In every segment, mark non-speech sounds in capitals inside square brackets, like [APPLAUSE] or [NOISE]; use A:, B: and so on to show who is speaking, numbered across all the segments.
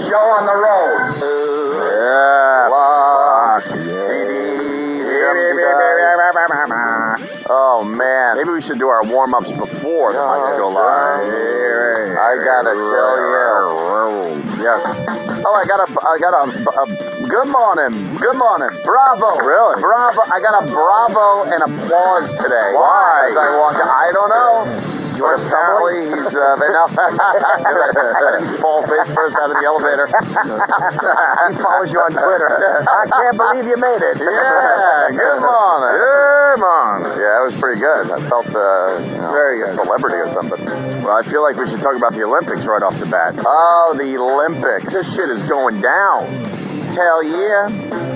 A: Show on the road.
B: Yeah.
A: Lock,
B: Fuck.
A: CD.
B: Oh man. Maybe we should do our warm ups before the mics go live. I gotta tell you. Yes. Oh, I got a, I got a, a good morning, good morning, bravo. Really? Bravo. I got a bravo and applause today.
A: Why?
B: As I walked, I don't know.
A: You were
B: But apparently he's uh, been [LAUGHS] out. fall face first out of the elevator.
A: He follows you on
B: [LAUGHS]
A: Twitter. I can't believe you made it.
B: Yeah, good morning.
A: Good morning.
B: Yeah, it was pretty good. I felt uh, you know,
A: Very good.
B: a celebrity or something. Well, I feel like we should talk about the Olympics right off the bat. Oh, the Olympics! This shit is going down. Hell yeah!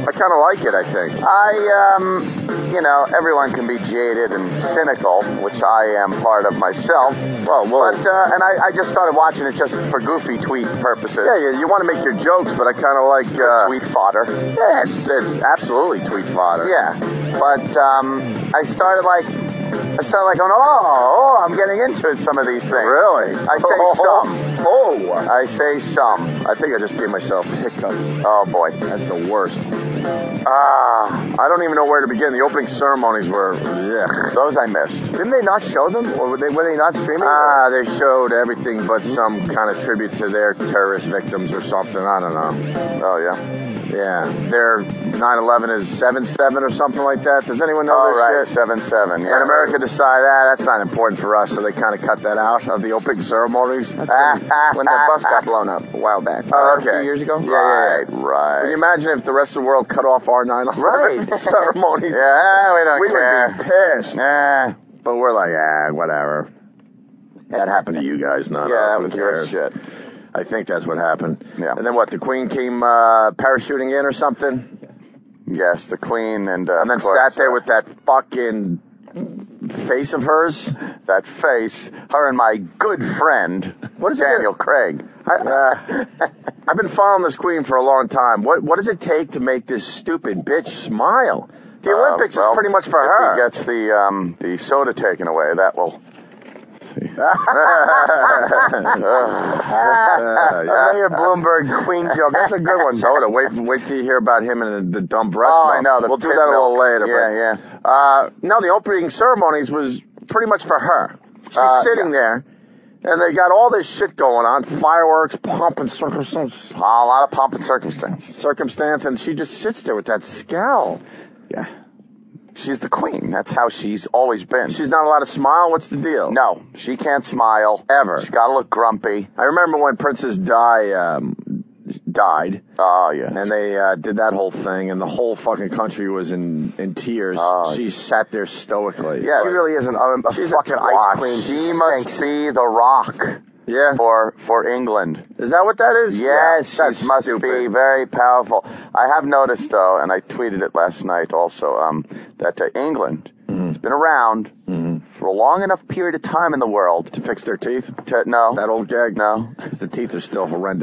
B: I kind of like it. I think I, um, you know, everyone can be jaded and cynical, which I am part of myself.
A: Oh,
B: Well, but uh, and I, I just started watching it just for goofy tweet purposes.
A: Yeah, yeah, you want to make your jokes, but I kind of like. Uh,
B: tweet fodder.
A: Yeah, it's, it's absolutely tweet fodder.
B: Yeah, but um, I started like I started like going, oh, oh, I'm getting into some of these things.
A: Really?
B: I say some.
A: Oh.
B: I say some.
A: I think I just gave myself a hiccup.
B: Oh boy.
A: That's the worst.
B: Ah,
A: I don't even know where to begin. The opening ceremonies were. Yeah.
B: those I missed.
A: Didn't they not show them, or were they were they not streaming?
B: Ah, they showed everything but some kind of tribute to their terrorist victims or something. I don't know.
A: oh yeah.
B: Yeah, their 9/11 is 7/7 or something like that. Does anyone know
A: All
B: this
A: right,
B: shit?
A: seven seven. Yeah.
B: And America decided, ah, that's not important for us, so they kind of cut that out of the opening ceremonies.
A: when
B: [LAUGHS]
A: the bus got blown up a while back.
B: Oh,
A: Uh,
B: okay.
A: A few years ago.
B: Yeah, yeah, yeah.
A: Right, right.
B: Can you imagine if the rest of the world cut off our 9 [LAUGHS]
A: Right.
B: ceremonies?
A: yeah, we don't
B: We
A: care.
B: would be pissed.
A: Nah.
B: But we're like, ah, whatever. That happened to you guys, not
A: yeah,
B: us.
A: that
B: Who
A: was your
B: cares?
A: shit.
B: I think that's what happened.
A: Yeah.
B: And then what? The Queen came uh, parachuting in or something,
A: Yes, the Queen and uh,
B: and then
A: of course,
B: sat there
A: uh,
B: with that fucking face of hers.
A: that face. Her and my good friend
B: What is it
A: Daniel
B: that-
A: Craig.
B: I, [LAUGHS] uh, I've been following this queen for a long time. What what does it take to make this stupid bitch smile? The
A: Uh,
B: Olympics
A: well,
B: is pretty much for
A: if
B: her.
A: He gets the um, the soda taken away. That will.
B: [LAUGHS] Uh, Mayor Bloomberg Queen joke. That's a good
A: [LAUGHS]
B: one. Soda. Wait, wait till you hear about him and the, the dumb breast
A: Oh, I
B: milk.
A: know, the
B: we'll do
A: pit
B: that a little
A: milk.
B: later.
A: Yeah,
B: but, Uh, no, the opening ceremonies was pretty much for her. She's
A: Uh,
B: sitting there, and they got all this shit going on, fireworks, pomp and circumstance,
A: A lot of pomp and circumstance.
B: circumstance, and she just sits there with that scowl.
A: Yeah. She's the queen. That's how she's always been.
B: She's not allowed to smile. What's the deal?
A: no, she can't smile
B: Ever.
A: She's got to look grumpy.
B: I remember when Princess Di um, died,
A: Oh yes.
B: and they uh, did that whole thing, and the whole fucking country was in in tears.
A: Oh.
B: she sat there stoically.
A: Yes.
B: She really is an um, a fucking ice queen.
A: She, must be the rock
B: Yeah.
A: for for England.
B: Is that what that is?
A: Yes,
B: Yeah,
A: she must be very powerful. I have noticed though, and I tweeted it last night also, um, that uh, England
B: Mm-hmm.
A: has been around for a long enough period of time in the world
B: To fix their teeth.
A: to no
B: That old gag.
A: no
B: The teeth are still horrendous.